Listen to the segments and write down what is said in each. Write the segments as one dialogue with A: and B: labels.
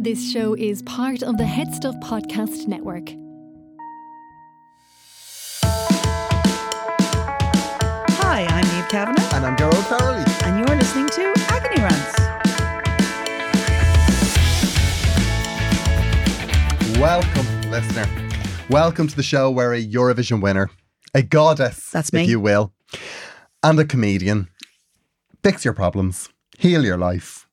A: This show is part of the Head Stuff Podcast Network.
B: Hi, I'm Neve Kavanagh,
C: And I'm Gerald Farrelly.
B: and you're listening to Agony Rants.
C: Welcome, listener. Welcome to the show where a Eurovision winner, a goddess,
B: That's
C: if
B: me.
C: you will, and a comedian fix your problems, heal your life,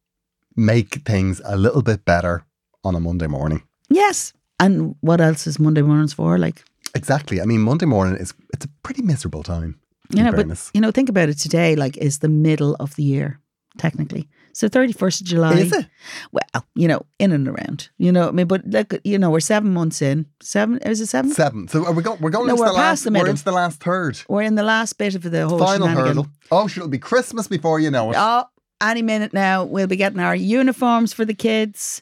C: make things a little bit better on a Monday morning.
B: Yes. And what else is Monday mornings for? Like,
C: Exactly. I mean, Monday morning is it's a pretty miserable time.
B: you
C: in
B: know, but
C: fairness.
B: you know, think about it today, like is the middle of the year, technically. So thirty first of July.
C: is it?
B: Well, you know, in and around. You know, what I mean, but look, you know, we're seven months in. Seven is it seven?
C: Seven. So are we go, we're going
B: No,
C: into
B: we're
C: the last
B: past the
C: we're
B: middle.
C: into the last third.
B: We're in the last bit of the whole
C: Final
B: shenanigan.
C: hurdle. Oh, shit, it'll be Christmas before you know it.
B: Oh, any minute now, we'll be getting our uniforms for the kids.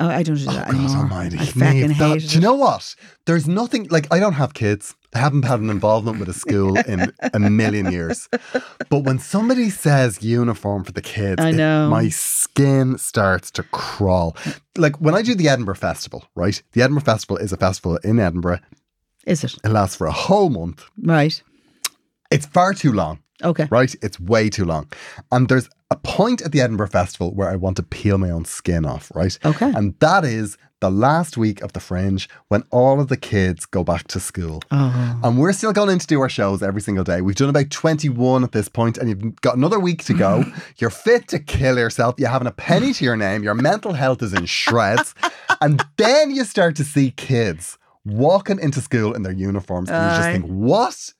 B: Oh, I don't do
C: Oh
B: that
C: God
B: anymore.
C: Almighty!
B: I fucking
C: Niamh, that-
B: hate
C: do
B: it.
C: you know what? There's nothing like I don't have kids. I haven't had an involvement with a school in a million years. But when somebody says uniform for the kids,
B: I
C: it-
B: know.
C: my skin starts to crawl. Like when I do the Edinburgh Festival, right? The Edinburgh Festival is a festival in Edinburgh.
B: Is it
C: It lasts for a whole month.
B: right?
C: It's far too long,
B: Okay.
C: right? It's way too long. And there's a point at the Edinburgh Festival where I want to peel my own skin off, right?
B: Okay.
C: And that is the last week of the fringe when all of the kids go back to school.
B: Oh.
C: And we're still going in to do our shows every single day. We've done about 21 at this point, and you've got another week to go. You're fit to kill yourself. You haven't a penny to your name. Your mental health is in shreds. and then you start to see kids walking into school in their uniforms. And you just
B: Aye.
C: think, what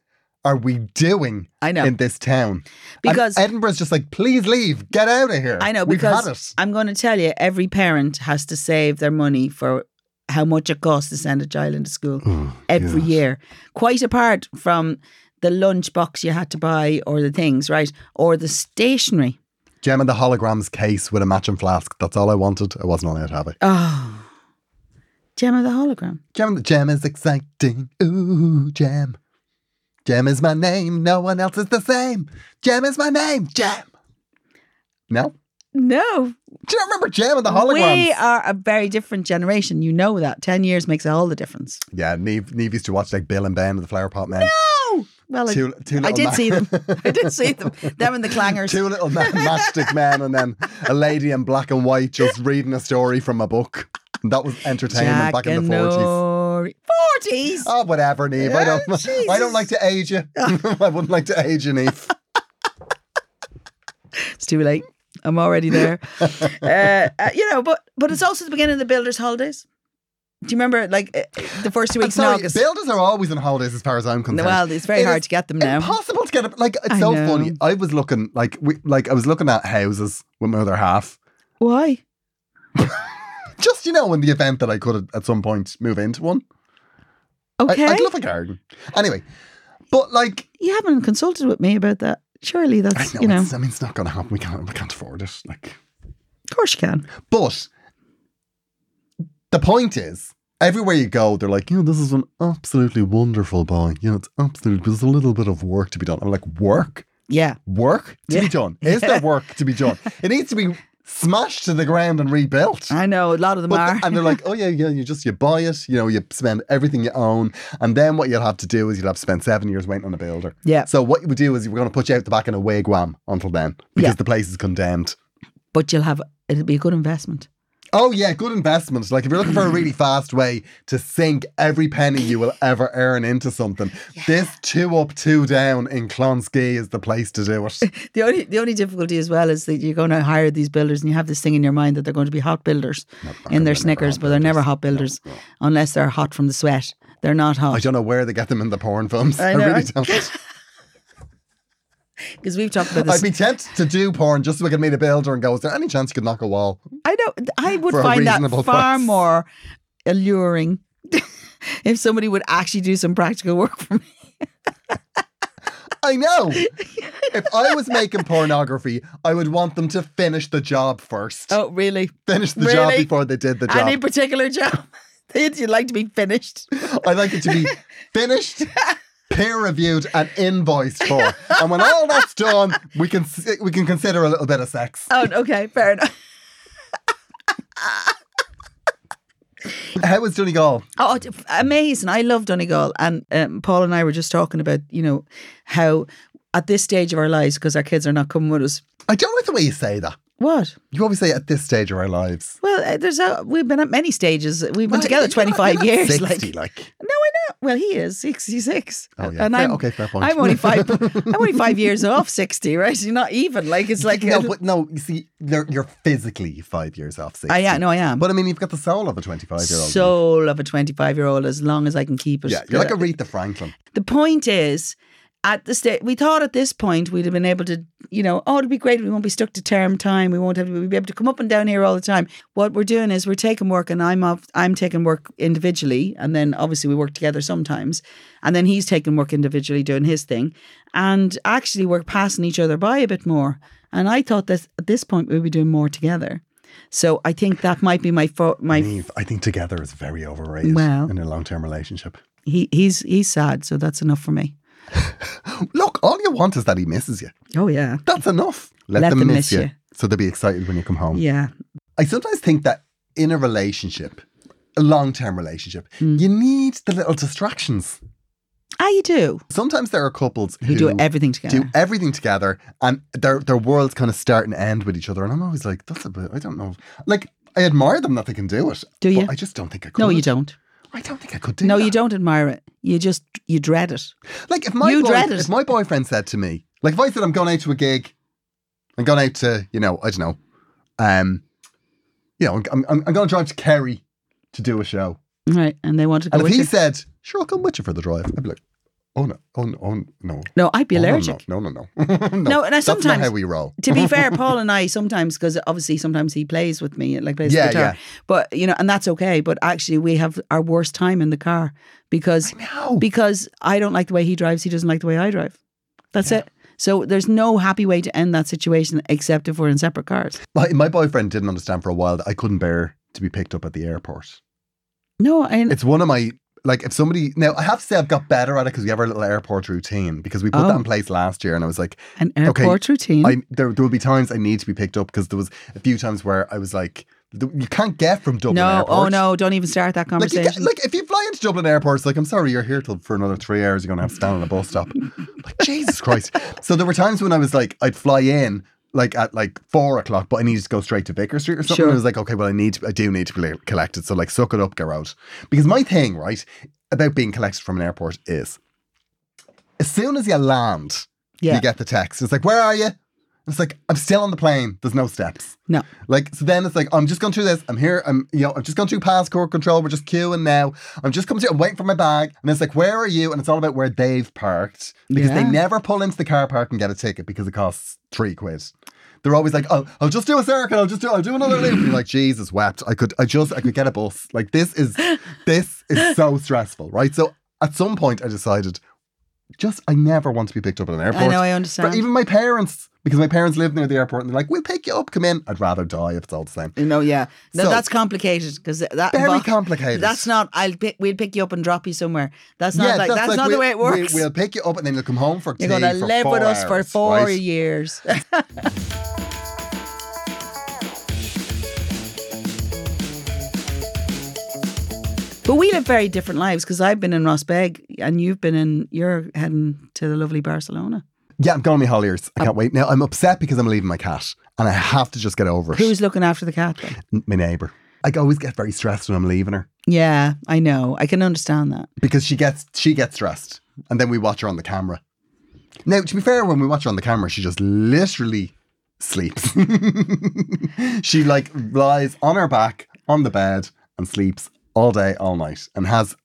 C: are we doing
B: I know.
C: in this town?
B: Because-
C: and Edinburgh's just like, please leave, get out of here.
B: I know
C: We've
B: because
C: had it.
B: I'm going to tell you, every parent has to save their money for how much it costs to send a child into school
C: Mm,
B: every year. Quite apart from the lunchbox you had to buy, or the things, right, or the stationery.
C: Gem and the holograms case with a matching flask. That's all I wanted. I wasn't allowed to have it. Ah.
B: Oh, Gemma the hologram.
C: Gem, gem is exciting. Ooh, gem. Gem is my name. No one else is the same. Gem is my name. Gem. No?
B: No,
C: Do you not remember Gem and the holograms?
B: we are a very different generation. You know that. Ten years makes all the difference.
C: yeah, Neve, Neve used to watch like Bill and Ben and the Flower Pot Man.
B: Oh, well, I-
C: Two, two little
B: I did
C: man-
B: see them. I did see them. Them and the clangers.
C: Two little man, matchstick men and then a lady in black and white just reading a story from a book. That was entertainment back in the 40s.
B: Forties.
C: Oh, whatever, Neve. I don't.
B: Oh,
C: I don't like to age you. I wouldn't like to age you, Neve.
B: It's too late. I'm already there. uh, uh, you know, but but it's also the beginning of the builders' holidays. Do you remember, like uh, the first two
C: I'm
B: weeks in
C: sorry,
B: August?
C: builders are always on holidays, as far as I'm concerned.
B: well, it's very
C: It
B: hard
C: is
B: to get them now.
C: Impossible to get a, like. It's
B: I
C: so
B: know.
C: funny. I was looking like we, like I was looking at houses with my other half.
B: Why?
C: Just you know, in the event that I could at some point move into one,
B: Okay,
C: I, would love a garden. Anyway, but like
B: you haven't consulted with me about that. Surely
C: I
B: that's
C: know,
B: you know.
C: it's, I mean, it's not going to happen. We can't. We can't afford it. Like,
B: Of course you can.
C: but the point is. Everywhere you go, they're like, you know, this is an absolutely wonderful boy. You know, it's absolutely, but there's a little bit of work to be done. I'm like, work?
B: Yeah.
C: work to
B: Yeah.
C: be done? Is there work to be done? It needs to be smashed to the ground and rebuilt.
B: I know a lot of them
C: But
B: are.
C: th- and they're like, oh yeah, yeah, you just you buy it, you know, you spend everything you own, and then what you'll have to do is you'll have to spend seven years waiting on a builder.
B: yeah,
C: So what you would do is we're going to put you out the back in a wigwam until then because
B: Yeah.
C: the place is condemned.
B: but you'll have it'll be a good investment.
C: Oh yeah, good investment. Like if you're looking for a really
B: Mm.
C: fast way to sink every penny you will ever earn into something, this two up, two down in Clonski is the place to do it.
B: The only the only difficulty as well is that you're going to hire these builders and you have this thing in your mind that they're going to be hot builders in their Snickers, but they're never hot builders unless they're hot from the sweat. They're not
C: I
B: hot
C: don't know where they get them in the porn films.
B: I
C: I,
B: know.
C: really don't.
B: because we've talked about
C: I'd
B: this.
C: be tempted to do porn just so I could meet a builder and go, is there any chance you could knock a wall?
B: I don't. I would
C: For a
B: find that
C: reasonable
B: far
C: price.
B: more alluring if somebody would actually do some practical work for me.
C: I know. if I was making pornography, I would want them to finish the job first.
B: Oh, really?
C: Finish the job
B: really?
C: before they did the job.
B: Any particular job? You'd like to be finished.
C: I'd like it to be finished, peer reviewed, and invoiced for. And when all that's done, we can s- we can consider a little bit of sex.
B: Oh, okay, fair enough.
C: How was Donegal?
B: Oh, d- amazing. I love Donegal. And um, Paul and I were just talking about, you know, how at this stage of our lives, because our kids are not coming with us.
C: I don't like the way you say that.
B: What?
C: You always say at this stage of our lives.
B: Well, uh, there's a, we've been at many stages. We've been together
C: You're not-
B: 25
C: you're not
B: years.
C: 60,
B: Like,
C: like.
B: no, I know. Well, he is 66.
C: Oh, yeah.
B: And
C: Fair-
B: I'm,
C: okay, fair point.
B: I'm only five, I'm only five years off 60, right? You're not even. Like, it's like, uh,
C: no, but no, you see, you're, you're physically five years off 60.
B: I, yeah, no, I am.
C: But I mean, you've got the soul of a 25 year old.
B: soul of a 25 year old as long as I can keep it.
C: Yeah, you're like Aretha Franklin.
B: the point is, at the state, we thought at this point we'd have been able to, you know, oh, it'd be great. We won't be stuck to term time. We won't have. We'll be able to come up and down here all the time. What we're doing is we're taking work, and I'm off. I'm taking work individually, and then obviously we work together sometimes, and then he's taking work individually doing his thing, and actually we're passing each other by a bit more. And I thought that at this point we'd be doing more together. So I think that might be my fo- my
C: Neve, I think together is very overrated
B: Well.
C: in a long term relationship.
B: he he's he's sad, so that's enough for me.
C: Look, all you want is that he misses you.
B: Oh yeah,
C: That's enough. Let, them, miss, you. So they'll be excited when you come home.
B: yeah.
C: I sometimes think that in a relationship, a long term relationship,
B: Hmm.
C: you need the little distractions.
B: Ah, you do.
C: Sometimes there are couples who,
B: You do everything together.
C: do everything together and their their worlds kind of start and end with each other. And I'm always like, that's a bit, I don't know. Like, I admire them that they can do it.
B: Do you?
C: But I just don't think I could.
B: no, you don't.
C: I don't think I could do
B: No,
C: that.
B: you don't admire it. You just you dread it.
C: Like, if my,
B: You
C: boy-
B: dread it.
C: if my boyfriend said to me, like, if I said I'm going out to a gig, I'm going out to, you know, I don't know, um, you know, I'm, I'm, I'm going to drive to Kerry to do a show.
B: Right, and they want to go
C: And if
B: with
C: he
B: you.
C: said, "Sure, I'll come with you for the drive," I'd be like, "Oh no, oh no, oh no,
B: No, I'd be
C: Oh, no,
B: allergic.
C: No, no, no, no. no,
B: No, and I
C: that's not
B: sometimes-
C: how we roll.
B: to be fair, Paul and I sometimes, because obviously sometimes he plays with me, like plays
C: Yeah,
B: the guitar.
C: yeah.
B: But you know, and that's okay. But actually, we have our worst time in the car because
C: No,
B: because I don't like the way he drives. He doesn't like the way I drive. That's it. So there's no happy way to end that situation except if we're in separate cars.
C: my, my boyfriend didn't understand for a while that I couldn't bear to be picked up at the airport.
B: No, I,
C: It's one of my like if somebody now I have to say I've got better at it because we have our little airport routine because we put
B: Oh.
C: that in place last year and I was like,
B: an airport routine.
C: I there there will be times I need to be picked up because there was a few times where I was like, th- you can't get from Dublin.
B: no,
C: airport.
B: oh no, don't even start that
C: Like, you
B: conversation.
C: get, like if you fly into Dublin Airport, it's like I'm sorry, you're here till for another three hours. You're gonna have to stand on a bus stop. Like Jesus Christ! So there were times when I was like, I'd fly in like at like four o'clock, but I needed to go straight to Vicker Street or something.
B: Sure.
C: I was like, okay, well, I need, to, I do need to be collected. So like, suck it up, Garrod. Because my thing, right, about being collected from an airport is, as soon as you land,
B: yeah.
C: you get the text. It's like, where are you? It's like I'm still on the plane. There's no steps.
B: No.
C: Like so then it's like I'm just going through this. I'm here. I'm you know I'm just going through passport control. We're just queuing now. I'm just coming through. I'm waiting for my bag. And it's like where are you? And it's all about where they've parked because they
B: Yeah.
C: never pull into the car park and get a ticket because it costs three quid. They're always like, oh, I'll just do a circle. I'll just do. I'll do another loop. And you're like, Jesus wept. I could. I just. I could get a bus. Like this is. This is so stressful, right? So at some point, I decided, just I never want to be picked up at an airport.
B: I know, I
C: For
B: understand.
C: even my parents, because my parents live near the airport and they're like, we'll pick you up, come in. I'd rather die if it's all the same.
B: You know, yeah. No,
C: So-
B: that's complicated because that
C: Very
B: invo-
C: complicated.
B: That's not. I'll pick. We'll pick you up and drop you somewhere. That's not. like, that's, not the
C: we'll-
B: way it works.
C: We, will pick you up and then you'll come home for
B: You're
C: tea
B: gonna
C: for
B: live
C: four
B: with us for
C: hours,
B: four
C: right?
B: years. But we live very different lives because I've been in Rossbeg and you've been in, you're heading to the lovely Barcelona.
C: Yeah, I'm going to my whole ears. I
B: Um,
C: can't wait. Now, I'm upset because I'm leaving my cat and I have to just get over it.
B: Who's looking after the cat? Then?
C: N- my neighbour? I always get very stressed when I'm leaving her
B: Yeah, I know. I can understand that.
C: because she gets she gets stressed and then we watch her on the camera. Now, to be fair, when we watch her on the camera, she just literally sleeps. she like lies on her back on the bed and sleeps all day, all night, and has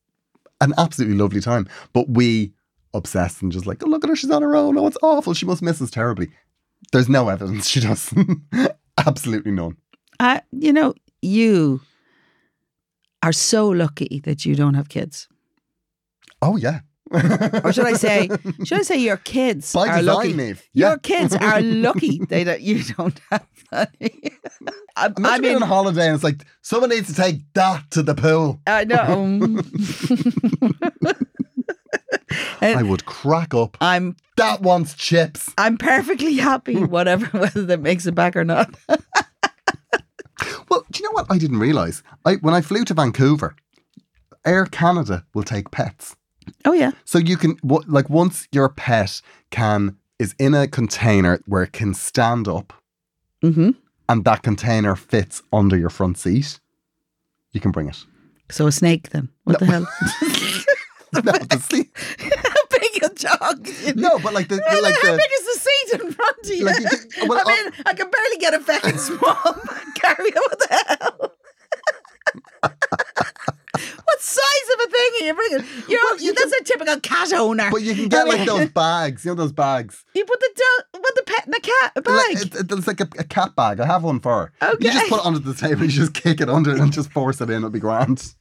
C: an absolutely lovely time. But we obsess and just like, oh, look at her, she's on her own. Oh, it's awful. She must miss us terribly. There's no evidence she does. absolutely none.
B: I, you know, you are so lucky that you don't have kids.
C: Oh yeah.
B: Or should I say, should I say your kids
C: By
B: are
C: design,
B: lucky?
C: Niamh.
B: Your
C: Yeah.
B: kids are lucky they don't, you don't have any. I,
C: Imagine
B: I
C: being on
B: mean,
C: holiday and it's like someone needs to take that to the pool.
B: I know. um, Eh.
C: I would crack up.
B: I'm
C: That wants chips.
B: I'm perfectly happy, whatever whether that makes it back or not.
C: Well, do you know what I didn't realize? I when I flew to Vancouver, Air Canada will take pets.
B: Oh yeah.
C: So you can wo- like once your pet can is in a container where it can stand up
B: Mm-hmm.
C: and that container fits under your front seat, you can bring it.
B: So a snake then? What the hell?
C: No, the seat-
B: How big a dog?
C: no but like the, the-
B: Well,
C: like
B: how
C: the
B: big is the seat in front of you?
C: Like, you can- well,
B: I mean, I can barely get a fucking small carrier. What the hell? what size of a thing are you bringing? You're,
C: Well, you
B: that's a typical cat owner.
C: but you can get like
B: mean-
C: those bags, you know those bags.
B: You put the dog, put the pet in the cat a bag.
C: Like, it, it- it's like a, a cat bag. I have one for. her. You just
B: Okay.
C: put it under the table. You just kick it under it and just force it in. It'll be grand.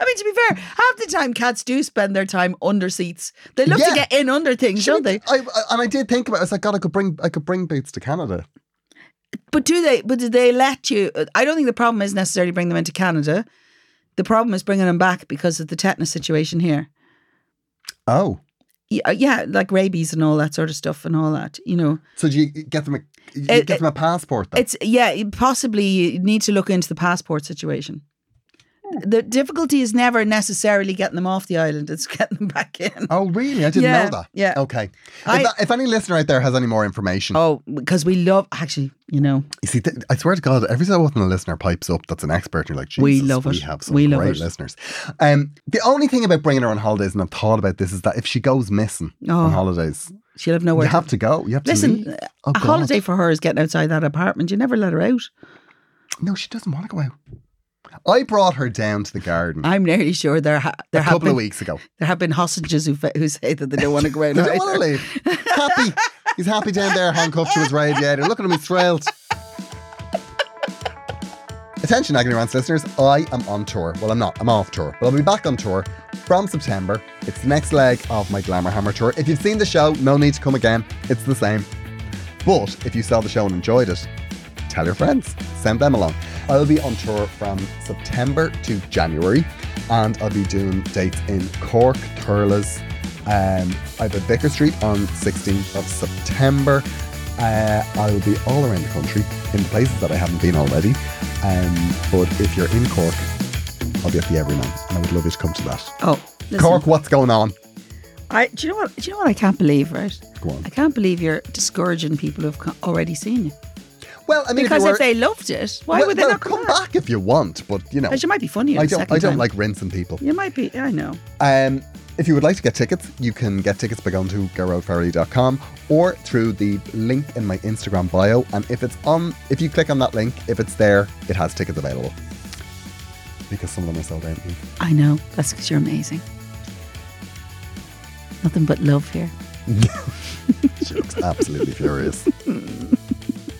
B: I mean, to be fair, half the time cats do spend their time under seats. They love
C: Yeah.
B: to get in under things, don't they?
C: I, I- and I did think about it. I was like, God, I could bring I could bring boots to Canada.
B: But do they? But do they let you? I don't think the problem is necessarily bring them into Canada. The problem is bringing them back because of the tetanus situation here.
C: Oh,
B: Yeah, uh, yeah, like rabies and all that sort of stuff and all that. You know,
C: so do you get them a you
B: It-
C: get them a passport? Then?
B: it's yeah. you Possibly you need to look into the passport situation. The difficulty is never necessarily getting them off the island; it's getting them back in.
C: Oh, really? I didn't
B: Yeah,
C: know that.
B: yeah.
C: Okay. If,
B: I-
C: that- if any listener out there has any more information,
B: Oh, because we love actually, you know,
C: you see, th- I swear to God, every so often a listener pipes up that's an expert, and you're like, Jesus,
B: We love
C: we
B: it.
C: have some
B: We love
C: great
B: it.
C: listeners. Um, the only thing about bringing her on holidays, and I've thought about this, is that if she goes missing
B: Oh.
C: on holidays,
B: she'll have nowhere.
C: you have to go. You have
B: Listen, uh,
C: to leave.
B: a
C: Oh, God.
B: holiday for her is getting outside that apartment. You never let her out.
C: No, she doesn't want to go out. I brought her down to the garden
B: I'm nearly sure there ha- there
C: a
B: have
C: couple
B: been
C: of weeks ago.
B: There have been hostages who, fa- who say that they don't want to go out.
C: He doesn't
B: either.
C: want to leave. Happy. He's happy down there, handcuffed to his radiator. Look at him, he's thrilled. Attention, Agony Rants listeners. I am on tour. Well, I'm not. I'm off tour. But I'll be back on tour from September. It's the next leg of my Glamour Hammer tour. If you've seen the show, no need to come again. It's the same. But if you saw the show and enjoyed it, tell your friends, send them along. I'll be on tour from September to January, and I'll be doing dates in Cork, Thurles. Um, I have a Vicker Street on 16th of September. Uh, I will be all around the country in places that I haven't been already. Um, but if you're in Cork, I'll be at the Everyman, and I would love you to come to that.
B: Oh, listen,
C: Cork, what's going on?
B: I, do you know what? Do you know what I can't believe? Right,
C: Go on.
B: I can't believe you're discouraging people who've co- already seen you.
C: Well, I mean,
B: Because
C: if, you
B: if,
C: were,
B: they loved it, why
C: well,
B: would they
C: well,
B: not come, back?
C: if you want, but you know,
B: Because you might be funnier.
C: I
B: the
C: don't,
B: second
C: I don't
B: time.
C: like rinsing people.
B: You might be. I know.
C: Um, if you would like to get tickets, you can get tickets by going to garoldfarley.com or through the link in my Instagram bio. And if it's on, if you click on that link, if it's there, it has tickets available. Because some of them are sold out.
B: I know. That's because you're amazing. Nothing but love here.
C: She looks absolutely furious.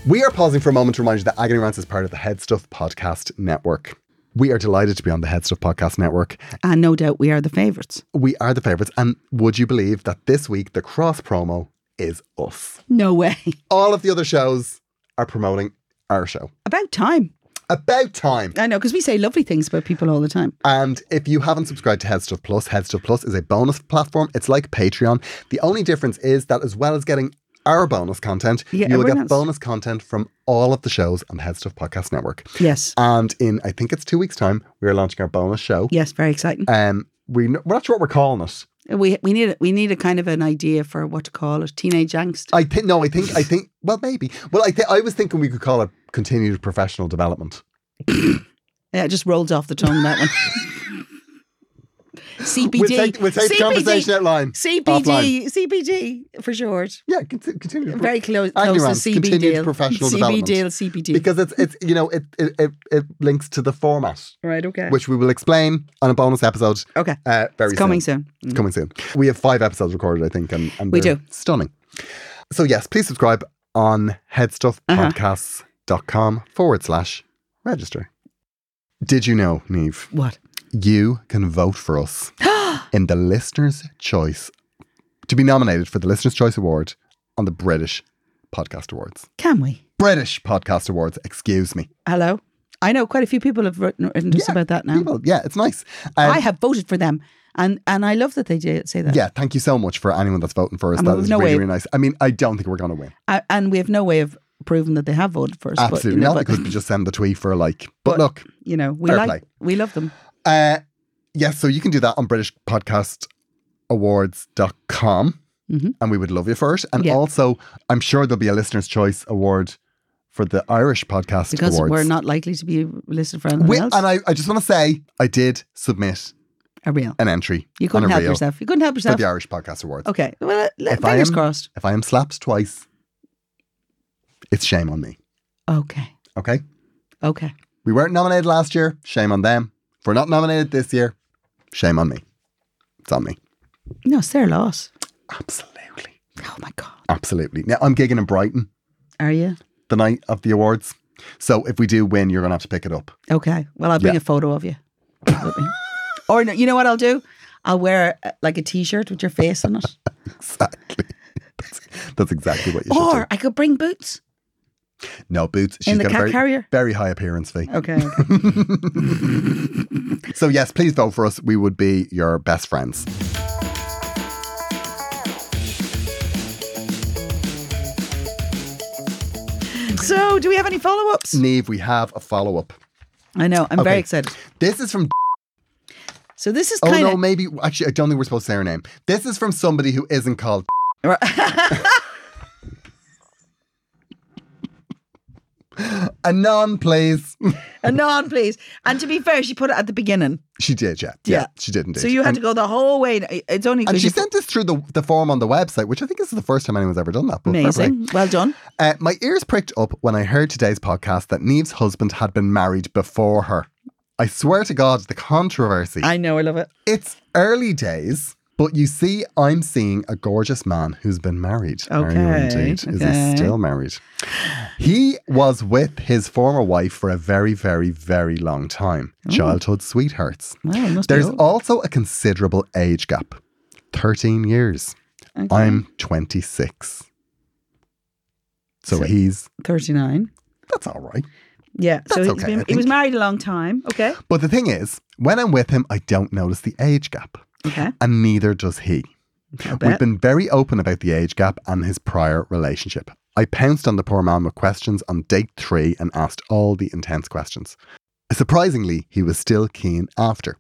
C: We are pausing for a moment to remind you that Agony Rants is part of the Head Stuff Podcast Network. We are delighted to be on the Head Stuff Podcast Network.
B: And no doubt we are the favourites.
C: We are the favourites. And would you believe that this week the cross promo is us?
B: No way.
C: all of the other shows are promoting our show.
B: About time.
C: About time.
B: I know because we say lovely things about people all the time.
C: And if you haven't subscribed to Headstuff Plus, Headstuff Plus is a bonus platform. It's like Patreon. The only difference is that as well as getting our bonus content,
B: Yeah,
C: you will
B: everyone
C: get
B: else.
C: bonus content from all of the shows on the Headstuff Podcast Network.
B: Yes.
C: And in, I think it's two weeks' time, we are launching our bonus show.
B: Yes. Very exciting.
C: Um, we, we're not sure what we're calling it.
B: We we need we need a kind of an idea for what to call it. Teenage angst.
C: I think, no, I think, I think, well, maybe. Well, I, th- I was thinking we could call it Continued Professional Development.
B: Yeah, it just rolled off the tongue that one. CPD.
C: We'll take, we'll take the
B: CPD.
C: conversation outline.
B: CPD.
C: offline.
B: CPD for short.
C: Yeah, conti- continue.
B: Very close.
C: Agnew
B: close
C: Rants,
B: to CB
C: continued
B: deal.
C: professional
B: CB
C: development.
B: deal. CPD.
C: because it's it's you know it it, it it links to the format,
B: right. Okay.
C: which we will explain on a bonus episode.
B: okay.
C: Uh, very
B: It's coming
C: soon.
B: soon.
C: It's coming soon. We have five episodes recorded, I think, and, and
B: We
C: they're
B: do. Uh-huh.
C: stunning. So yes, please subscribe on headstuffpodcasts.com forward slash register. Did you know, Neve,
B: Mm. What?
C: you can vote for us in the Listener's Choice to be nominated for the Listener's Choice Award on the British Podcast Awards.
B: Can we?
C: British Podcast Awards, excuse me.
B: Hello. I know quite a few people have written, written to us
C: Yeah,
B: about that now.
C: People, yeah, it's nice. Um,
B: Oh. I have voted for them, and and I love that they do say that.
C: yeah, thank you so much for anyone that's voting for us.
B: And
C: That
B: we've
C: is
B: no
C: really,
B: way-
C: really nice. I mean, I don't think we're going to win.
B: I, and we have no way of proving that they have voted for us.
C: Absolutely
B: but, you know,
C: not,
B: but-
C: because we just send the tweet for a like.
B: But-
C: But, look,
B: you know, we
C: Fair
B: like
C: play.
B: we love them.
C: Uh, yes, so you can do that on BritishPodcastAwards.com.
B: Mhm.
C: And we would love you for it. And
B: Yeah.
C: also, I'm sure there'll be a Listener's Choice Award for the Irish Podcast
B: because
C: Awards.
B: we're not likely to be listed for anything
C: We-
B: else.
C: and I, I just want to say, I did submit
B: a reel.
C: an entry
B: You
C: on
B: couldn't
C: a
B: help
C: reel
B: yourself. You couldn't help
C: for
B: yourself.
C: the Irish Podcast Awards.
B: Okay. Well, uh,
C: If I
B: fingers
C: am-
B: crossed.
C: If I am slapped twice, it's shame on me.
B: Okay.
C: Okay?
B: Okay.
C: We weren't nominated last year. Shame on them. If we're not nominated this year, shame on me. It's on me.
B: No, it's their loss.
C: Absolutely.
B: Oh my god.
C: Absolutely. Now, I'm gigging in Brighton
B: Are you?
C: the night of the awards. So if we do win, you're going to have to pick it up.
B: Okay. Well, I'll bring
C: Yeah.
B: a photo of you. With me. or no, you know what I'll do? I'll wear uh, like a t-shirt with your face on it.
C: Exactly. That's, that's exactly what you should
B: or I could bring boots
C: do. No boots. She's
B: in the
C: got a
B: cat
C: very,
B: carrier.
C: very high appearance fee.
B: Okay.
C: So yes, please vote for us. We would be your best friends.
B: so, do we have any follow-ups?
C: Neve, we have a follow up.
B: I know. I'm very
C: Okay.
B: excited.
C: This is from.
B: So this is
C: Oh
B: kind
C: no,
B: of.
C: maybe actually, I don't think we're supposed to say her name. This is from somebody who isn't called. Anon, please.
B: Anon, please. And to be fair, she put it at the beginning,
C: She did, yeah,
B: Yeah.
C: yeah. She did indeed.
B: so you had to go the whole way. It's only
C: And
B: because
C: she
B: you
C: sent this through the, the form on the website, which I think is the first time anyone's ever done that. But fair play.
B: amazing. Well done.
C: Uh, my ears pricked up when I heard today's podcast that Neve's husband had been married before her. I swear to God, the controversy.
B: I know. I love it.
C: It's early days, but you see, I'm seeing a gorgeous man who's been married. Are you
B: Okay,
C: indeed? Is
B: okay.
C: he still married? He was with his former wife for a very, very, very long time.
B: Oh.
C: Childhood sweethearts.
B: Well, it must
C: There's
B: be. old.
C: also a considerable age gap 13 years.
B: Okay.
C: I'm 26. So
B: So-
C: he's,
B: 39.
C: that's all right.
B: Yeah. so
C: That's
B: he's
C: okay,
B: been,
C: I
B: he was
C: think.
B: married a long time. Okay.
C: But the thing is, when I'm with him, I don't notice the age gap,
B: Okay.
C: and neither does he.
B: I
C: We've
B: bet.
C: been very open about the age gap and his prior relationship. I pounced on the poor man with questions on date three and asked all the intense questions. Surprisingly, he was still keen after.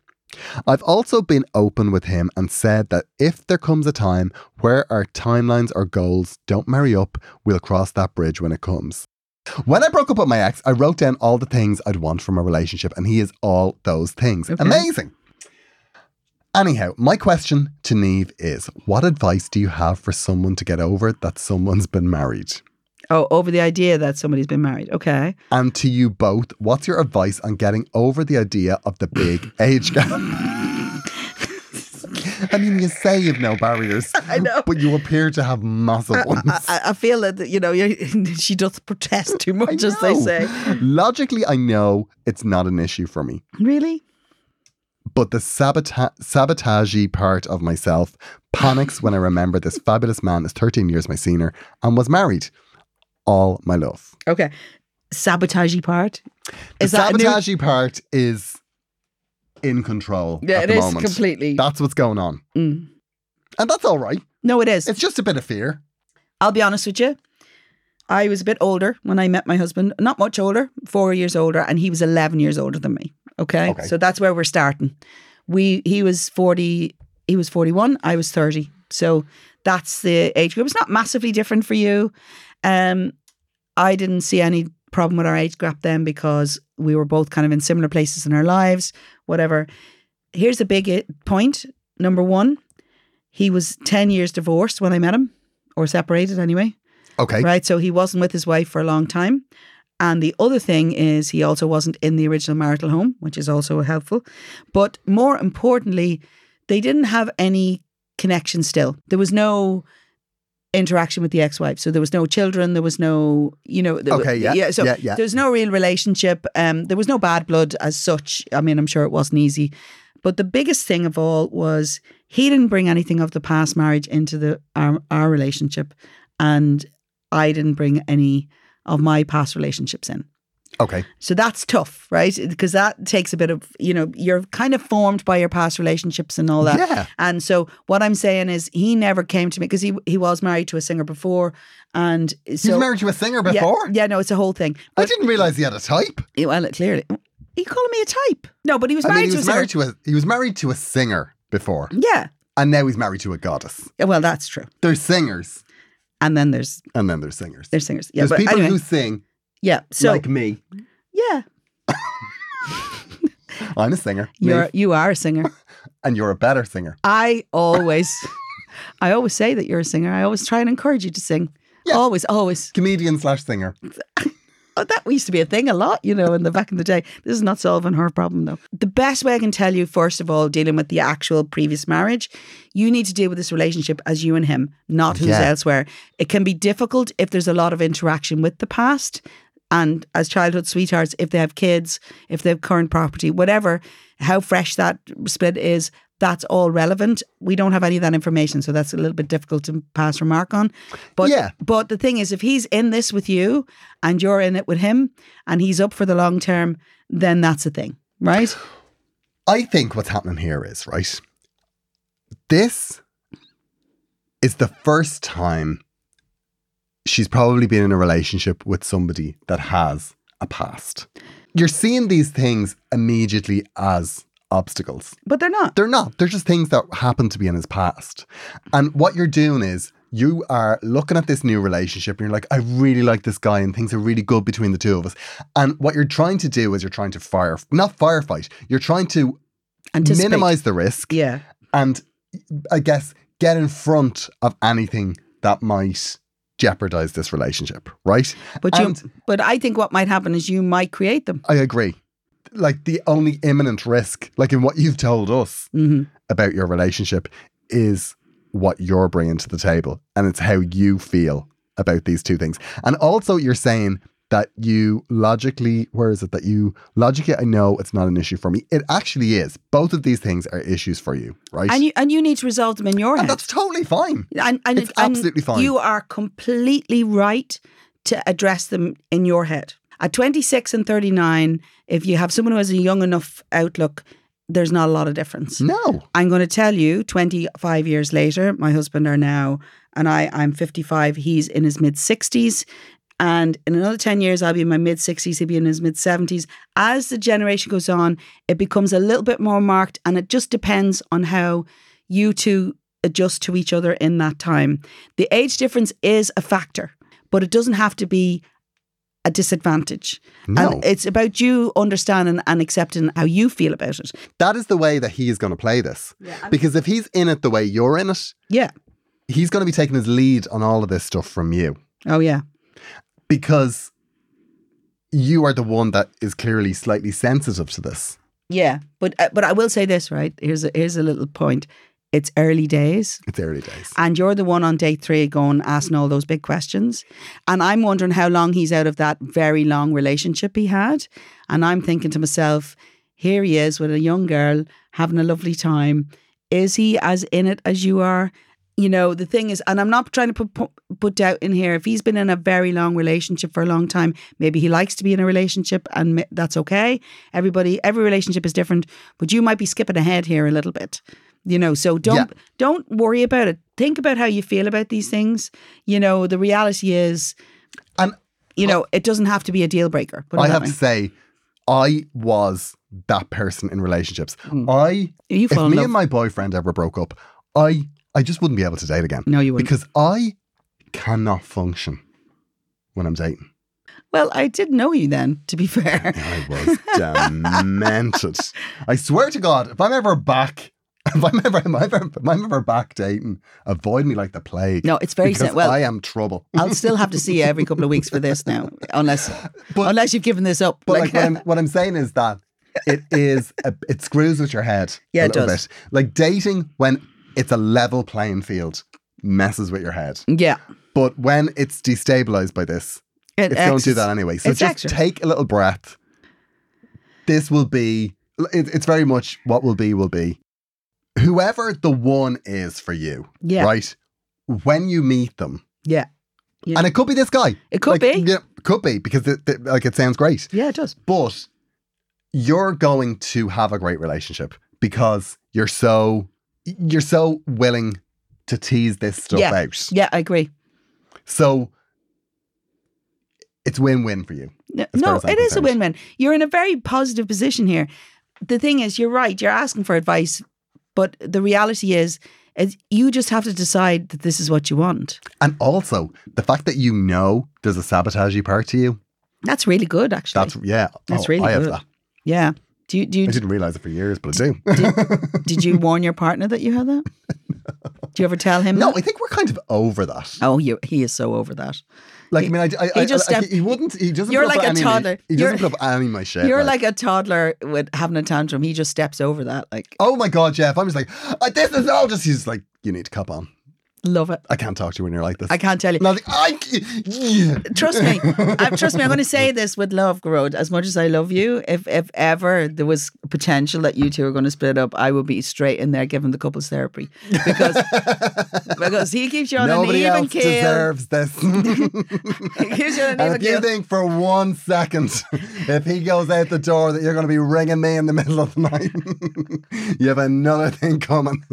C: I've also been open with him and said that if there comes a time where our timelines or goals don't marry up, we'll cross that bridge when it comes. When I broke up with my ex, I wrote down all the things I'd want from a relationship, and he is all those things.
B: Okay.
C: Amazing. Anyhow, my question to Neve is what advice do you have for someone to get over that someone's been married?
B: Oh, over the idea that somebody's been married. Okay.
C: And to you both, what's your advice on getting over the idea of the big age gap? I mean, you say you've no barriers,
B: I know.
C: but you appear to have massive ones.
B: I, I, I feel that, you know, you- she doth protest too much, as they
C: know.
B: say.
C: Logically, I know it's not an issue for me,
B: Really?
C: but the sabota- sabotage part of myself panics when I remember this fabulous man is 13 years my senior and was married. All my love.
B: Okay. Sabotage part.
C: The
B: Is that a new-
C: sabotage part is in control.
B: Yeah,
C: at
B: it
C: the
B: is
C: moment.
B: completely.
C: That's what's going on.
B: Mm.
C: And that's all right.
B: No, it is.
C: It's just a bit of fear.
B: I'll be honest with you. I was a bit older when I met my husband, not much older, four years older, and he was 11 years older than me. Okay.
C: Okay.
B: So that's where we're starting. We, he was 40, he was 41, I was 30. So that's the age group. It's not massively different for you. Um, I didn't see any problem with our age gap then because we were both kind of in similar places in our lives, whatever. Here's the big i- point. Number one, he was 10 years divorced when I met him, or separated anyway.
C: Okay.
B: Right. So he wasn't with his wife for a long time. And the other thing is, he also wasn't in the original marital home, which is also helpful. But more importantly, they didn't have any connection still. There was no interaction with the ex wife. So there was no children. There was no, you know, there wa-
C: Okay, yeah,
B: So
C: yeah, yeah.
B: there's no real relationship. Um, there was no bad blood as such. I mean, I'm sure it wasn't easy. But the biggest thing of all was he didn't bring anything of the past marriage into the our, our relationship, and I didn't bring any of my past relationships in.
C: Okay.
B: So that's tough, right? Because that takes a bit of, you know, you're kind of formed by your past relationships and all that.
C: Yeah.
B: And so what I'm saying is he never came to me because he he was married to a singer before and so
C: he was married to a singer
B: yeah,
C: before.
B: yeah, no, it's a whole thing.
C: I didn't realize he had a type.
B: Well, clearly you calling me a type? No, but he was
C: I
B: married
C: mean, he
B: to
C: was
B: a
C: married to a he was married to a singer before,
B: singer. Yeah.
C: and now he's married to a goddess.
B: Yeah, Well, that's true.
C: There's singers,
B: And then there's
C: and then there's singers.
B: there's singers. Yeah,
C: there's
B: but
C: people
B: anyway,
C: who sing
B: yeah. So
C: like me.
B: yeah,
C: I'm a singer, me,
B: you're you are a singer.
C: and you're a better singer.
B: I always, I always say that you're a singer. I always try and encourage you to sing.
C: Yeah.
B: Always, always.
C: Comedian slash singer.
B: Oh, that used to be a thing a lot, you know, in the back in the day. This is not solving her problem though. The best way I can tell you, first of all, dealing with the actual previous marriage, you need to deal with this relationship as you and him, not who's
C: Yeah.
B: elsewhere. It can be difficult if there's a lot of interaction with the past. And as childhood sweethearts, if they have kids, if they have current property, whatever, how fresh that split is, that's all relevant. We don't have any of that information, so that's a little bit difficult to pass remark on. But
C: Yeah.
B: but the thing is, if he's in this with you and you're in it with him and he's up for the long term, then that's a thing, right?
C: I think what's happening here is, right? This is the first time she's probably been in a relationship with somebody that has a past. You're seeing these things immediately as obstacles.
B: But they're not.
C: They're not, they're just things that happen to be in his past. And what you're doing is you are looking at this new relationship and you're like, I really like this guy and things are really good between the two of us. And what you're trying to do is you're trying to fire, not firefight, you're trying to
B: Anticipate.
C: minimize the risk
B: Yeah.
C: and I guess get in front of anything that might jeopardize this relationship, right?
B: But you
C: And-
B: but I think what might happen is you might create them.
C: I agree. Like the only imminent risk, like in what you've told us
B: hmm
C: about your relationship, is what you're bringing to the table and it's how you feel about these two things. And also, you're saying that you logically, where is it that you logically, I know it's not an issue for me. It actually is. Both of these things are issues for you, right?
B: And you and you need to resolve them in your
C: and
B: head.
C: that's totally fine.
B: And, and
C: It's
B: and
C: absolutely fine.
B: You are completely right to address them in your head. At 26 and 39, if you have someone who has a young enough outlook, there's not a lot of difference.
C: No.
B: I'm going to tell you 25 years later, my husband are now, and I, I'm 55, he's in his mid 60s. And in another 10 years, I'll be in my mid 60s, he'll be in his mid 70s. As the generation goes on, it becomes a little bit more marked, and it just depends on how you two adjust to each other in that time. The age difference is a factor, but it doesn't have to be a disadvantage.
C: No.
B: And it's about you understanding and accepting how you feel about it.
C: that is the way that he is going to play this. because if he's in it the way you're in it,
B: Yeah.
C: he's going to be taking his lead on all of this stuff from you
B: Oh, yeah.
C: because you are the one that is clearly slightly sensitive to this.
B: Yeah, but uh, but I will say this right. Here's a, here's a little point. It's early days,
C: It's early days.
B: and you're the one on day three going asking all those big questions, and I'm wondering how long he's out of that very long relationship he had, and I'm thinking to myself, here he is with a young girl having a lovely time. Is he as in it as you are? You know, the thing is, and I'm not trying to put, put put doubt in here. If he's been in a very long relationship for a long time, maybe he likes to be in a relationship, and ma- that's okay. Everybody, every relationship is different, but you might be skipping ahead here a little bit. You know, so don't don't worry about it. Think about how you feel about these things. You know, the reality is,
C: And
B: you know, it doesn't have to be a deal breaker. Put it
C: I
B: that
C: have
B: way.
C: to say, I was that person in relationships. I,
B: You
C: if
B: fall Hmm. in
C: me
B: love.
C: and my boyfriend ever broke up, I, I just wouldn't be able to date again
B: no, you wouldn't.
C: because I cannot function when I'm dating.
B: Well, I did know you then, to be fair.
C: I was demented. I swear to God, if I'm ever back, if I'm ever, if I'm ever, if I'm ever back dating, avoid me like the plague.
B: No, it's very
C: because
B: sim- well.
C: I
B: I,
C: am trouble.
B: will still have to see you every couple of weeks for this now, unless unless you've given this up.
C: But
B: Like,
C: like, what, I'm, what I'm saying is that it is a, it screws with your head.
B: Yeah,
C: a
B: it
C: little
B: does.
C: Bit. Like dating when it's a level playing field messes with your head,
B: yeah,
C: but when it's destabilized by this,
B: it
C: it's going to do
B: X's.
C: that anyway. So
B: It's
C: just
B: extra.
C: take a little breath. This will be, it, it's very much what will be, will be. Whoever the one is for you,
B: Yeah,
C: right? When you meet them.
B: Yeah. Yeah.
C: And it could be this guy.
B: it could
C: Like,
B: be.
C: Yeah, could be because it, it- like it sounds great.
B: Yeah, it does.
C: But you're going to have a great relationship because you're so you're so willing to tease this stuff
B: Yeah.
C: out.
B: Yeah, I agree.
C: So it's win-win for you.
B: No,
C: as far
B: no
C: as I'm
B: it is a win
C: concerned.
B: win. You're in a very positive position here. The thing is, you're right. You're asking for advice, but the reality is, is you just have to decide that this is what you want.
C: And also, the fact that you know there's a sabotagey part to you,
B: That's really good, actually.
C: that's, yeah.
B: That's
C: oh,
B: really
C: I have
B: good.
C: that.
B: yeah. Do you do
C: I
B: you,
C: didn't realize it for years, but I do.
B: did you warn your partner that you had that? Do you ever tell him?
C: no,
B: that?
C: I think we're kind of over that.
B: Oh, you, he is so over that.
C: Like, I mean, I, I,
B: He
C: I-
B: just
C: I-
B: stepped-
C: he wouldn't, he doesn't
B: You're
C: put up
B: like
C: with
B: a
C: any,
B: toddler.
C: He
B: You're-
C: doesn't put up any of my shit.
B: You're
C: like.
B: like a toddler with having a tantrum. He just steps over that. Like,
C: oh my God, Jeff, I'm just like, "Uh, this is all just, he's like, you need to cop on.
B: love it.
C: I can't talk to you when you're like this.
B: I can't tell you.
C: And I was like, I, yeah.
B: trust me. I, trust me. I'm going to say this with love, Garode. As much as I love you, if if ever there was potential that you two are going to split up, I would be straight in there giving the couples therapy because because he keeps you on
C: Nobody
B: an even
C: else
B: keel.
C: deserves this.
B: He keeps you on an
C: And
B: even
C: if you
B: keel.
C: think for one second, if he goes out the door, that you're going to be ringing me in the middle of the night, you have another thing coming.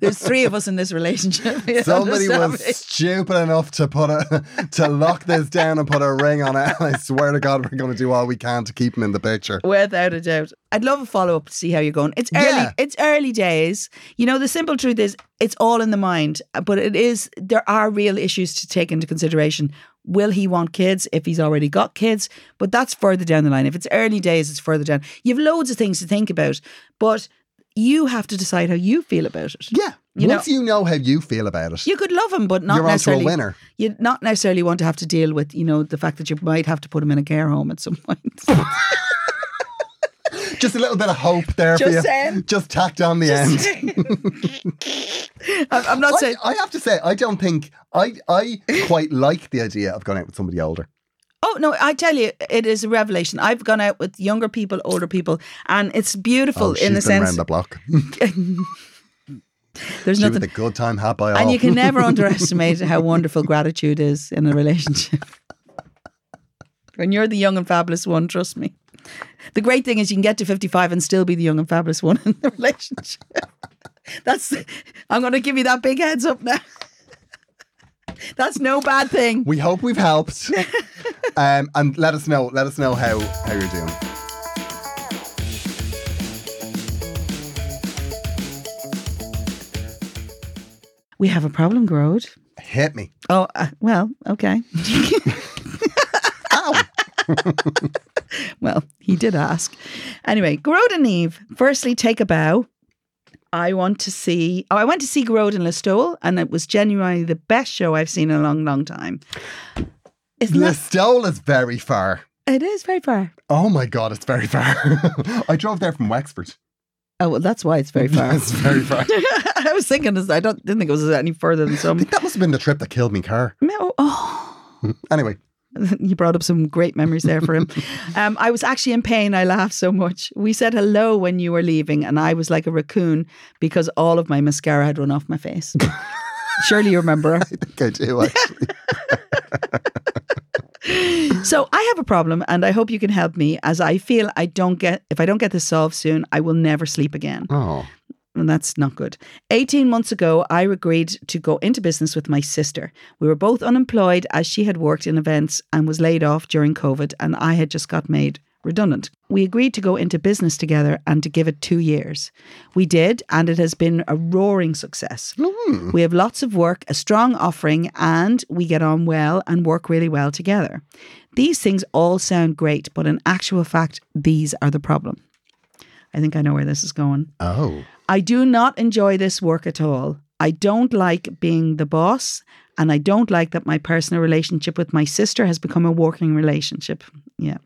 B: There's three of us in this relationship. you
C: Somebody
B: understand
C: was
B: me?
C: stupid enough to put a to lock this down and put a ring on it. And I swear to God, we're going to do all we can to keep him in the picture.
B: Without a doubt. I'd love a follow up to see how you're going. It's early
C: Yeah.
B: it's early days. You know, the simple truth is it's all in the mind, but it is there are real issues to take into consideration. Will he want kids if he's already got kids? But that's further down the line. If it's early days, it's further down. You've loads of things to think about, but you have to decide how you feel about it.
C: Yeah.
B: You know-
C: Once you know how you feel about it,
B: You could love him, but not
C: you're on to a
B: necessarily
C: winner.
B: you not necessarily want to have to deal with, you know, the fact that you might have to put him in a care home at some point.
C: Just a little bit of hope there
B: Just
C: for you.
B: saying.
C: Just tacked on the end.
B: I'm I'm not
C: I,
B: saying
C: I have to say, I don't think I I quite like the idea of going out with somebody older.
B: Oh no, I tell you, it is a revelation. I've gone out with younger people, older people, and it's beautiful
C: Oh, she's
B: in the
C: been
B: sense
C: around the block.
B: there's
C: she was
B: nothing.
C: a good time had by all.
B: And you can never underestimate how wonderful gratitude is in a relationship. when you're the young and fabulous one, trust me. The great thing is you can get to 55 and still be the young and fabulous one in the relationship. That's I'm going to give you that big heads up now. That's no bad thing.
C: we hope we've helped, um, and let us know. Let us know how how you're doing.
B: We have a problem, Grode.
C: Hit me.
B: Oh, uh, well, okay. Oh.
C: Ow!
B: Well, he did ask. Anyway, Grode and Eve, firstly, take a bow. I want to see. Oh, I went to see Grode in Listowel, and it was genuinely the best show I've seen in a long, long time. Isn't that?
C: Listowel is very far.
B: It is very far.
C: Oh my god, it's very far. I drove there from Wexford.
B: Oh, well, that's why it's very far.
C: It's very far. I
B: I was thinking this. I don't didn't think it was any further than some.
C: think that must have been the trip that killed me car.
B: No. Oh.
C: Anyway,
B: you brought up some great memories there for him. um, I was actually in pain. I laughed so much. We said hello when you were leaving, and I was like a raccoon because all of my mascara had run off my face. Surely you remember.
C: I think I do. Actually.
B: So I have a problem, and I hope you can help me. As I feel I don't get, if I don't get this solved soon, I will never sleep again.
C: oh,
B: and that's not good. 18 months ago, I agreed to go into business with my sister. We were both unemployed as she had worked in events and was laid off during COVID, and I had just got made redundant. We agreed to go into business together and to give it two years. We did, and it has been a roaring success. We have lots of work, a strong offering, and we get on well and work really well together. These things all sound great, but in actual fact, these are the problem. I think I know where this is going.
C: oh,
B: I do not enjoy this work at all. I don't like being the boss, and I don't like that my personal relationship with my sister has become a working relationship. Yeah.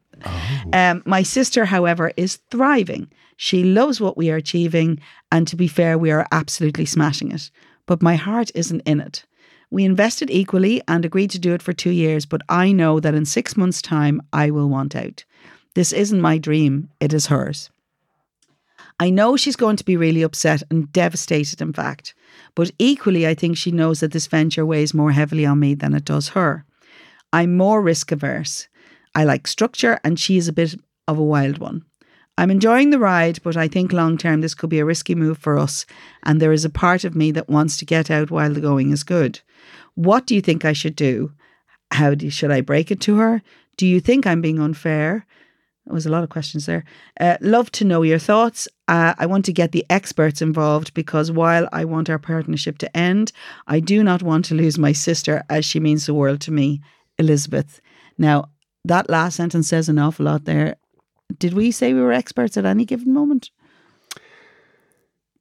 B: Um, my sister, however, is thriving. She loves what we are achieving, and to be fair, we are absolutely smashing it. But my heart isn't in it. We invested equally and agreed to do it for two years, but I know that in six months' time, I will want out. This isn't my dream, it is hers. I know she's going to be really upset and devastated, in fact. But equally, I think she knows that this venture weighs more heavily on me than it does her. I'm more risk averse. I like structure, and she is a bit of a wild one. I'm enjoying the ride, but I think long term this could be a risky move for us, and there is a part of me that wants to get out while the going is good. What do you think I should do? How do, should I break it to her? Do you think I'm being unfair? There was a lot of questions there. Uh, love to know your thoughts. Uh, I want to get the experts involved because while I want our partnership to end, I do not want to lose my sister as she means the world to me, Elizabeth. Now, that last sentence says an awful lot there. Did we say we were experts at any given moment?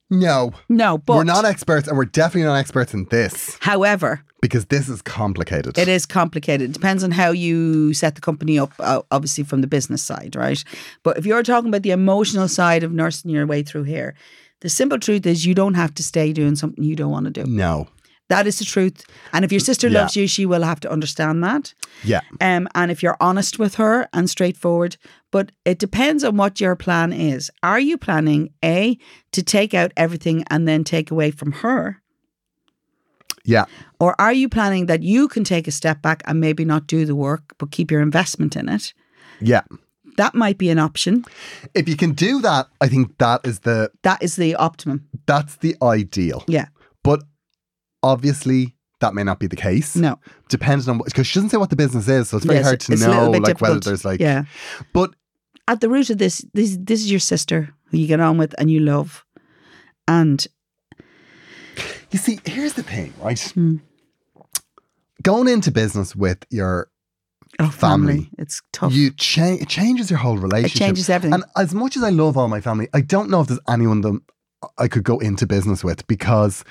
C: No.
B: No, but
C: we're not experts, and we're definitely not experts in this
B: However,
C: because this is complicated.
B: It is complicated. It depends on how you set the company up, o- obviously, from the business side, right? But if you're talking about the emotional side of nursing your way through here, the simple truth is you don't have to stay doing something you don't want to do.
C: No.
B: That is the truth. And if your sister
C: Mm. Yeah.
B: loves you, she will have to understand that.
C: Yeah.
B: Um, and if you're honest with her and straightforward, but it depends on what your plan is. Are you planning A, to take out everything and then take away from her?
C: Yeah.
B: Or are you planning that you can take a step back and maybe not do the work, but keep your investment in it?
C: Yeah.
B: That might be an option.
C: If you can do that, I think that is the
B: That is the optimum.
C: that's the ideal.
B: Yeah.
C: But obviously, that may not be the case.
B: No.
C: Depending on because she doesn't say what the business is, so it's very
B: Yes,
C: hard to
B: it's a little
C: know like
B: bit
C: whether
B: difficult.
C: there's like.
B: Yeah.
C: But
B: At the root of this, this this is your sister who you get on with and you love. And
C: you see, here's the thing, right?
B: Hmm.
C: Going into business with your
B: oh, family.
C: Family.
B: It's tough.
C: you cha- it changes your whole
B: Oh. it
C: relationship.
B: changes everything.
C: And as much as I love all my family, I don't know if there's anyone that I could go into business with because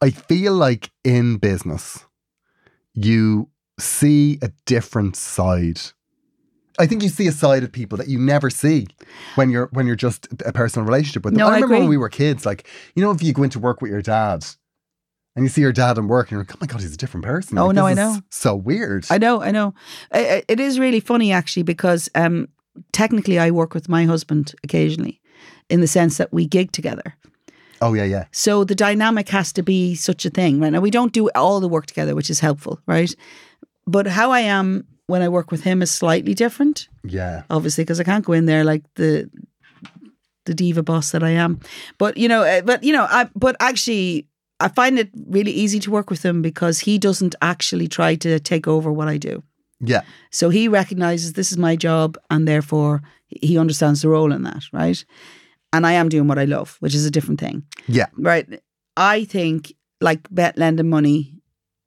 C: I feel like in business, you see a different side. I think you see a side of people that you never see when you're when you're just a personal relationship with them.
B: No, I
C: remember when
B: agree.
C: we were kids, like you know, if you go into work with your dad and you see your dad in work, and you're like, oh my god, he's a different person.
B: Oh,
C: Like,
B: no,
C: this
B: I
C: is
B: know.
C: so weird.
B: I know, I know. I- I- It is really funny actually because um, technically I work with my husband occasionally in the sense that we gig together.
C: oh yeah, yeah,
B: So the dynamic has to be such a thing, right? Now we don't do all the work together, which is helpful, right? But how I am when I work with him is slightly different,
C: yeah,
B: obviously, because I can't go in there like the the diva boss that I am. But you know, uh, but you know, I but actually. I find it really easy to work with him because he doesn't actually try to take over what I do.
C: yeah,
B: So he recognizes this is my job and therefore he understands the role in that, right? And I am doing what I love, which is a different thing
C: yeah,
B: right? I think like bet lending money,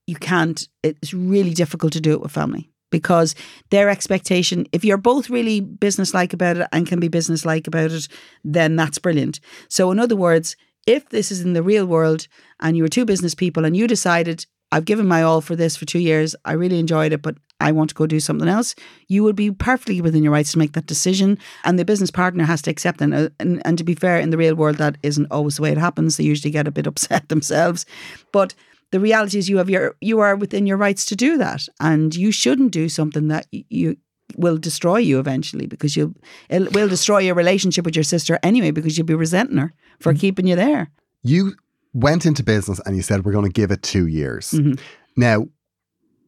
B: you can't. It's really difficult to do it with family because their expectation. If you're both really business like about it and can be business like about it, then that's brilliant. So in other words, if this is in the real world and you were two business people and you decided. I've given my all for this for two years. I really enjoyed it, but I want to go do something else. You would be perfectly within your rights to make that decision, and the business partner has to accept it. And, uh, and, and to be fair, in the real world, that isn't always the way it happens. They usually get a bit upset themselves, but the reality is you have your you are within your rights to do that, and you shouldn't do something that y- you will destroy you eventually because you it will destroy your relationship with your sister anyway because you'll be resenting her for
C: Mm-hmm.
B: keeping you there.
C: you went into business and you said we're going to give it two years.
B: Mhm.
C: Now,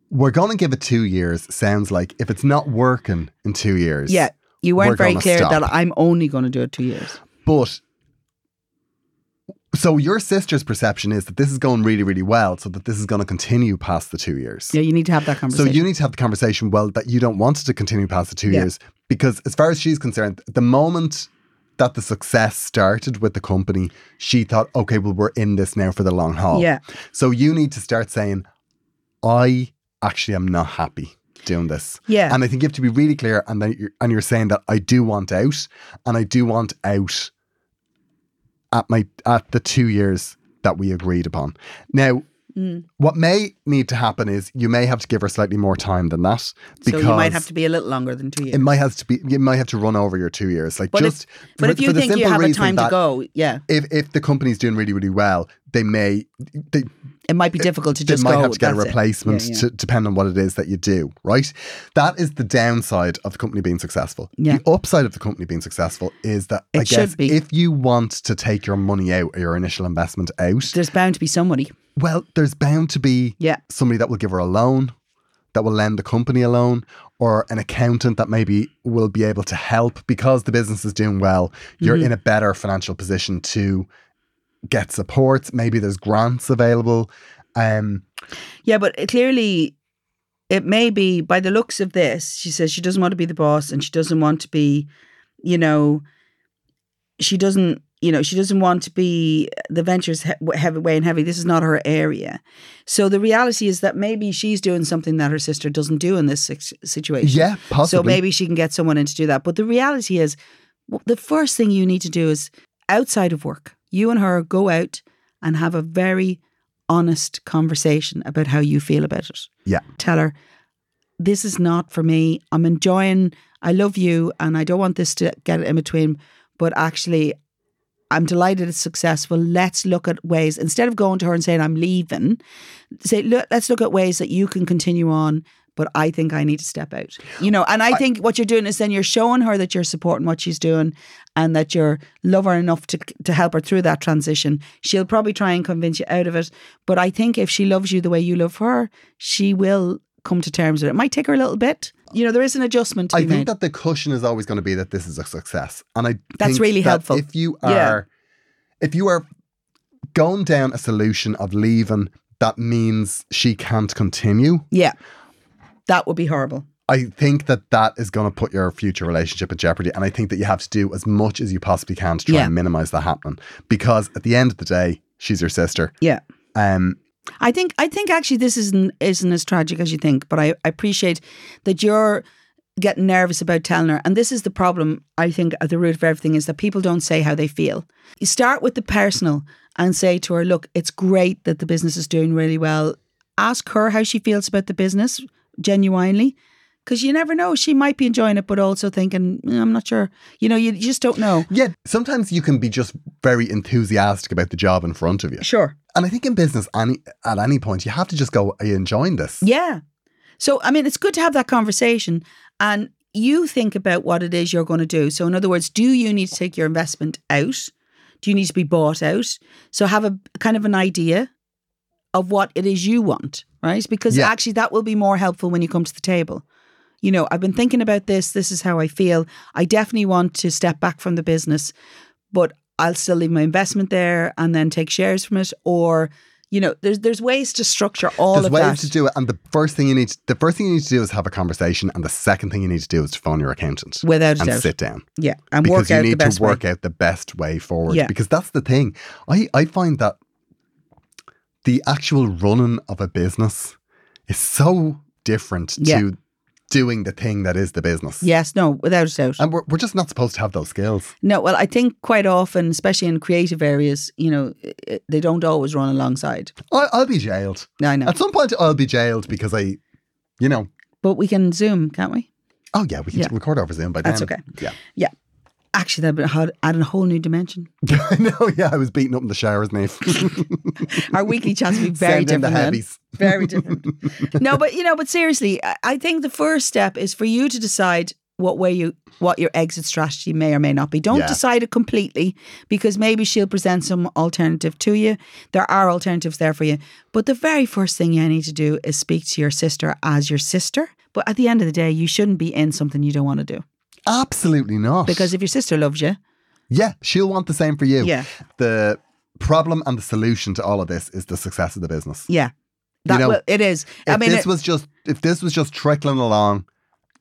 C: we're going to give it two years. Sounds like if it's not working in two years,
B: Yeah, you weren't
C: We're
B: very
C: gonna
B: clear
C: stop.
B: that I'm only going to do it two years.
C: But so your sister's perception is that this is going really, really well, so that this is going to continue past the two years.
B: Yeah, you need to have that
C: So
B: conversation.
C: you need to have the conversation. Well, that you don't want it to continue past the two
B: Yeah.
C: years because, as far as she's concerned, the moment that the success started with the company, she thought, okay, well, we're in this now for the long haul.
B: yeah.
C: So you need to start saying, I actually am not happy doing this.
B: Yeah.
C: And I think you have to be really clear and then you're, and you're saying that I do want out and I do want out at my at the 2 years that we agreed upon. Now,
B: Mm.
C: what may need to happen is you may have to give her slightly more time than that because
B: so you might have to be a little longer than two years.
C: it might have to be you might have to run over your 2 years like
B: But if-
C: just
B: but
C: for-
B: if you
C: for the
B: think you
C: simple
B: have a
C: reason
B: time to
C: that
B: go, yeah,
C: if if the company's doing really really well, they may they
B: it might be difficult to
C: they
B: just
C: might
B: go,
C: have to get a
B: "That's it."
C: replacement
B: Yeah, yeah.
C: To, depending on what it is that you do, right? That is the downside of the company being successful.
B: Yeah.
C: The upside of the company being successful is that
B: It
C: I
B: should
C: guess
B: be.
C: if you want to take your money out or your initial investment out,
B: There's bound to be somebody.
C: well, there's bound to be
B: Yeah.
C: somebody that will give her a loan, that will lend the company a loan, or an accountant that maybe will be able to help because the business is doing well. You're
B: Mm-hmm.
C: in a better financial position to get support. Maybe there's grants available. Um,
B: Yeah, but it- clearly it may be by the looks of this, she says she doesn't want to be the boss and she doesn't want to be, you know, she doesn't, you know, she doesn't want to be the ventures he- heavyweight and heavy. This is not her area. So the reality is that maybe she's doing something that her sister doesn't do in this si- situation.
C: Yeah, possibly.
B: So maybe she can get someone in to do that. But the reality is, w- the first thing you need to do is outside of work, you and her go out and have a very honest conversation about how you feel about it.
C: Yeah.
B: Tell her, this is not for me. I'm enjoying, I love you, and I don't want this to get in between. But actually, I'm delighted it's successful. Let's look at ways, instead of going to her and saying, I'm leaving, say, look, let's look at ways that you can continue on, but I think I need to step out. You know, and I, think what you're doing is then you're showing her that you're supporting what she's doing and that you're love her enough to, to help her through that transition. She'll probably try and convince you out of it. But I think if she loves you the way you love her, she will come to terms with it. It might take her a little bit. You know, there is an adjustment to
C: I
B: be
C: think
B: made.
C: that the cushion is always going to be that this is a success, and I
B: That's
C: think
B: really
C: that
B: helpful.
C: If you are,
B: Yeah.
C: if you are going down a solution of leaving, that means she can't continue.
B: yeah. That would be horrible.
C: I think that that is going to put your future relationship in jeopardy, and I think that you have to do as much as you possibly can to try
B: Yeah.
C: and minimize that happening. Because at the end of the day, she's your sister.
B: Yeah.
C: Um,
B: I think I think actually this isn't isn't as tragic as you think, but I, I appreciate that you're getting nervous about telling her. And this is the problem I think at the root of everything is that people don't say how they feel. You start with the personal and say to her, look, it's great that the business is doing really well. Ask her how she feels about the business genuinely. Because you never know, she might be enjoying it, but also thinking, "Mm, I'm not sure. You know, you, you just don't know.
C: yeah, sometimes you can be just very enthusiastic about the job in front of you,
B: Sure.
C: and I think in business, any at any point, you have to just go, "Are you enjoying this?"
B: Yeah. So, I mean, it's good to have that conversation and you think about what it is you're going to do. So, in other words, do you need to take your investment out? Do you need to be bought out? So, have a kind of an idea of what it is you want, right? Because
C: Yeah.
B: actually, that will be more helpful when you come to the table. You know, I've been thinking about this. This is how I feel. I definitely want to step back from the business, but I'll still leave my investment there and then take shares from it. Or, you know, there's there's ways to structure all
C: There's
B: of
C: ways
B: that.
C: to do it, and the first thing you need, the first thing you need to do is have a conversation, and the second thing you need to do is to phone your accountant
B: Without a
C: and
B: doubt.
C: sit down
B: Yeah, and
C: because
B: work
C: you
B: out the
C: need
B: best
C: to work
B: way.
C: out the best way forward.
B: Yeah.
C: Because that's the thing, I I find that the actual running of a business is so different
B: Yeah.
C: to doing the thing that is the business.
B: Yes, no, without a doubt.
C: and we're, we're just not supposed to have those skills.
B: no, well, I think quite often, especially in creative areas, you know, i- i- they don't always run alongside.
C: I, I'll be jailed
B: I know,
C: at some point. I'll be jailed because I, you know,
B: but we can zoom, can't we?
C: oh yeah, we can
B: Yeah.
C: record over Zoom by
B: That's
C: then.
B: okay.
C: Yeah.
B: Actually, that would had- add a whole new dimension.
C: I know. Yeah, I was beaten up in the showers, Nave.
B: Our weekly chats would be very
C: Send
B: different.
C: in the
B: then.
C: heavies.
B: Very different. no, but you know, but seriously, I- I think the first step is for you to decide what way you what your exit strategy may or may not be. Don't
C: Yeah.
B: decide it completely because maybe she'll present some alternative to you. There are alternatives there for you. But the very first thing you need to do is speak to your sister as your sister. But at the end of the day, you shouldn't be in something you don't want to do.
C: Absolutely not.
B: Because if your sister loves you,
C: yeah, she'll want the same for you.
B: Yeah.
C: The problem and the solution to all of this is the success of the business.
B: yeah. That
C: know,
B: will, it is.
C: If
B: I mean,
C: this
B: it-
C: was just if this was just trickling along,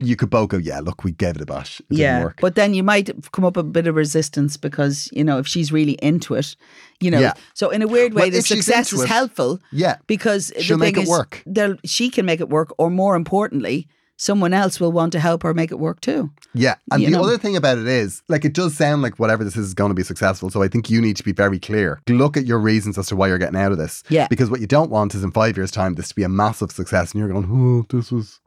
C: you could both go, yeah, look, we gave it a bash. It didn't work.
B: But then you might come up with a bit of resistance because, you know, if she's really into it, you know.
C: Yeah.
B: So in a weird way,
C: Well,
B: the
C: if she's
B: success
C: into
B: is
C: it-
B: helpful
C: yeah.
B: because
C: She'll
B: the thing
C: make it
B: is
C: work.
B: they'll- she can make it work, or more importantly, someone else will want to help her make it work too.
C: Yeah. And
B: You
C: the
B: know.
C: other thing about it is, like, it does sound like whatever this is, is going to be successful. So I think you need to be very clear. Look at your reasons as to why you're getting out of this.
B: Yeah.
C: Because what you don't want is in five years' time, this to be a massive success. And you're going, oh, this was,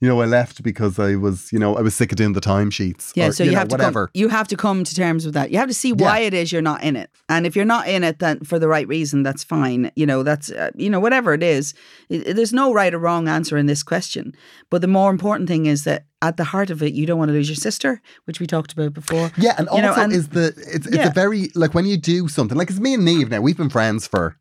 C: you know, I left because I was, you know, I was sick of doing the timesheets.
B: Yeah,
C: or,
B: so you,
C: know,
B: have to
C: whatever.
B: Come, you have to come to terms with that. You have to see why it is you're not in it, and if you're not in it, then for the right reason, that's fine. You know, that's uh, you know whatever it is. I- there's no right or wrong answer in this question, but the more important thing is that at the heart of it, you don't want to lose your sister, which we talked about before.
C: Yeah, and
B: You know,
C: also
B: and-
C: is the it's it's
B: Yeah.
C: a very like when you do something like it's me and Neve now. We've been friends for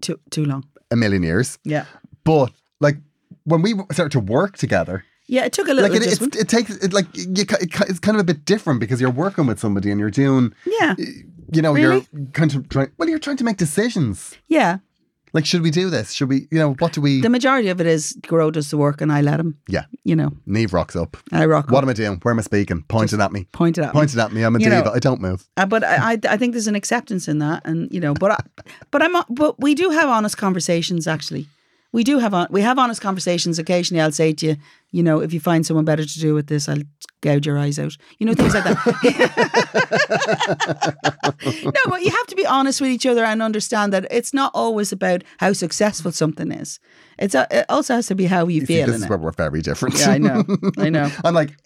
B: Too too long.
C: a million years,
B: Yeah,
C: but like when we started to work together,
B: yeah. It took a little
C: like it, it's,
B: adjustment.
C: it takes it like you, ca- it ca- it's kind of a bit different because you're working with somebody and you're doing
B: yeah,
C: you know you're kind of trying well you're trying to make decisions
B: yeah.
C: Like, should we do this? Should we, you know, what do we?
B: The majority of it is Goro does the work and I let him.
C: Yeah.
B: You know,
C: Neve rocks up.
B: I rock
C: What
B: what
C: am I doing? Where am I speaking? Pointing at me.
B: point it out.
C: Pointing at me. I'm a
B: You know-
C: diva. I don't move.
B: Uh, but I, I, I think there's an acceptance in that, and you know, but I, but I'm but we do have honest conversations. Actually, we do have on we have honest conversations. Occasionally, I'll say to you, you know, if you find someone better to do with this, I'll gouge your eyes out. You know, things like that. no, but you have to be honest with each other and understand that it's not always about how successful something is. It's a, it also has to be how you,
C: You see,
B: feel
C: this
B: in
C: is
B: it.
C: where we're very different.
B: Yeah, I know. I know.
C: I'm like,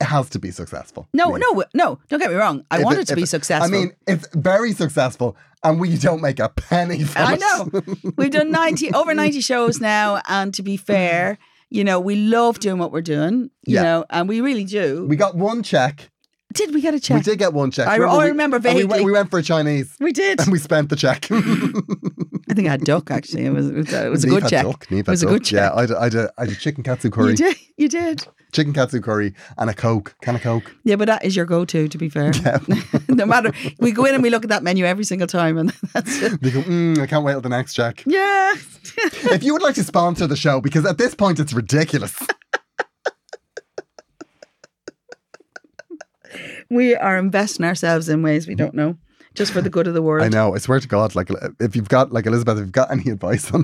C: it has to be successful.
B: No,
C: Niamh.
B: no, no! Don't get me wrong. I
C: If
B: want
C: it-
B: it to
C: if
B: be
C: it-
B: successful.
C: I mean, it's very successful, and we don't make a penny from
B: I
C: it.
B: know. We've done 90 over 90 shows now and to be fair, you know, we love doing what we're doing, you
C: Yeah.
B: know, and we really do.
C: We got one check.
B: did we get a check?
C: We did get one check.
B: I- I remember
C: we- and we, went,
B: vaguely.
C: we went for a Chinese,
B: We did.
C: and we spent the check.
B: I think I had duck actually. It was it was a, it was a
C: Niamh
B: good
C: had
B: check.
C: duck, Niamh
B: It
C: had
B: was a
C: duck.
B: good check.
C: Yeah, I had, I had, a, I had a chicken katsu curry,
B: You did. You did.
C: chicken katsu curry, and a coke, can of coke.
B: Yeah, but that is your go-to to be fair. no matter we go in and we look at that menu every single time and that's it.
C: They go, mm, I can't wait till the next check.
B: Yeah.
C: if you would like to sponsor the show, because at this point it's ridiculous.
B: we are investing ourselves in ways we don't know just for the good of the world.
C: I know. I swear to God, like if you've got like Elizabeth, if you've got any advice on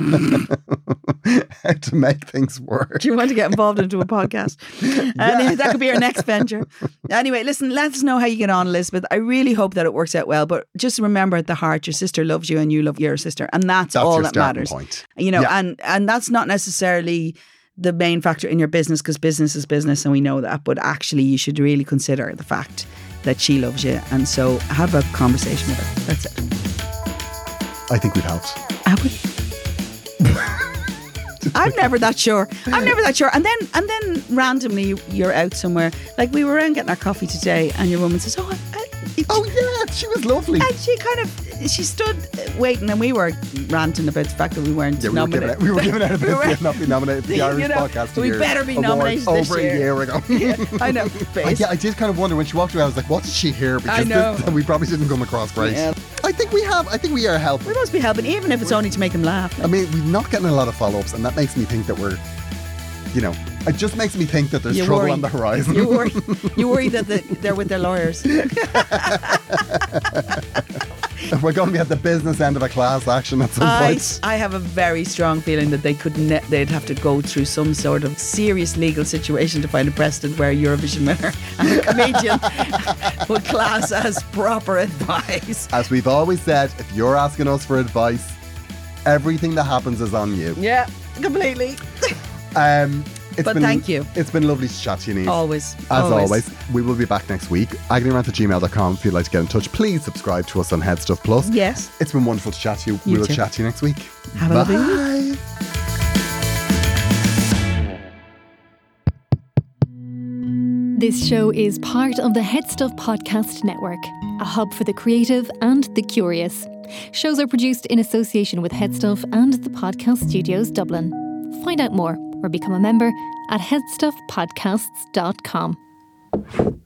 C: how to make things work,
B: Do you want to get involved into a podcast? And that could be our next venture. Anyway, listen, let us know how you get on, Elizabeth. I really hope that it works out well. But just remember at the heart, your sister loves you and you love your sister. And that's,
C: that's
B: all
C: your
B: that
C: starting
B: matters.
C: point.
B: You know,
C: Yeah.
B: and and that's not necessarily the main factor in your business because business is business and we know that. But actually you should really consider the fact that she loves you. And so have a conversation with her. That's it.
C: I think we've helped.
B: I would. I'm never that sure. I'm never that sure. And then and then randomly you're out somewhere. Like we were around getting our coffee today, and your woman says, "Oh, I, I,
C: Oh yeah, she was lovely.
B: And she kind of she stood waiting, and we were ranting about the fact that we weren't
C: Yeah, we were, giving
B: nominated.
C: out, we were giving out a
B: We were-
C: bit not be nominated for the
B: You
C: Irish
B: know,
C: Podcast of
B: we
C: the Year
B: better be
C: Award
B: nominated this
C: over a
B: year.
C: year ago.
B: I know.
C: I,
B: But
C: yeah, I did kind of wonder when she walked away. I was like, "What did she hear?" Because
B: I know.
C: This, we probably didn't come across great.
B: Yeah.
C: I think we have. I think we are helping.
B: we must be helping, even if it's only to make him laugh.
C: I mean, we're not getting a lot of follow-ups, and that makes me think that we're, you know, it just makes me think that there's
B: You
C: trouble
B: worry.
C: on the horizon.
B: You worry, you worry that the, they're with their lawyers.
C: We're going to be at the business end of a class action at some
B: I,
C: point.
B: I have a very strong feeling that they could ne- they'd have to go through some sort of serious legal situation to find a precedent where a Eurovision winner and a comedian would class as proper advice.
C: As we've always said, if you're asking us for advice, everything that happens is on you.
B: Yeah, completely.
C: Um, it's
B: But
C: been,
B: thank you.
C: It's been lovely to chat to you, Niamh.
B: Always.
C: As always. we will be back next week. Agonyrant at gmail.com. If you'd like to get in touch, please subscribe to us on Head Stuff Plus.
B: Yes.
C: It's been wonderful to chat to you.
B: You
C: we will
B: too.
C: chat to you next week.
B: Have a
C: Bye.
B: lovely
A: This show is part of the Head Stuff Podcast Network, a hub for the creative and the curious. Shows are produced in association with Headstuff and the Podcast Studios Dublin. Find out more or become a member at headstuffpodcasts.com.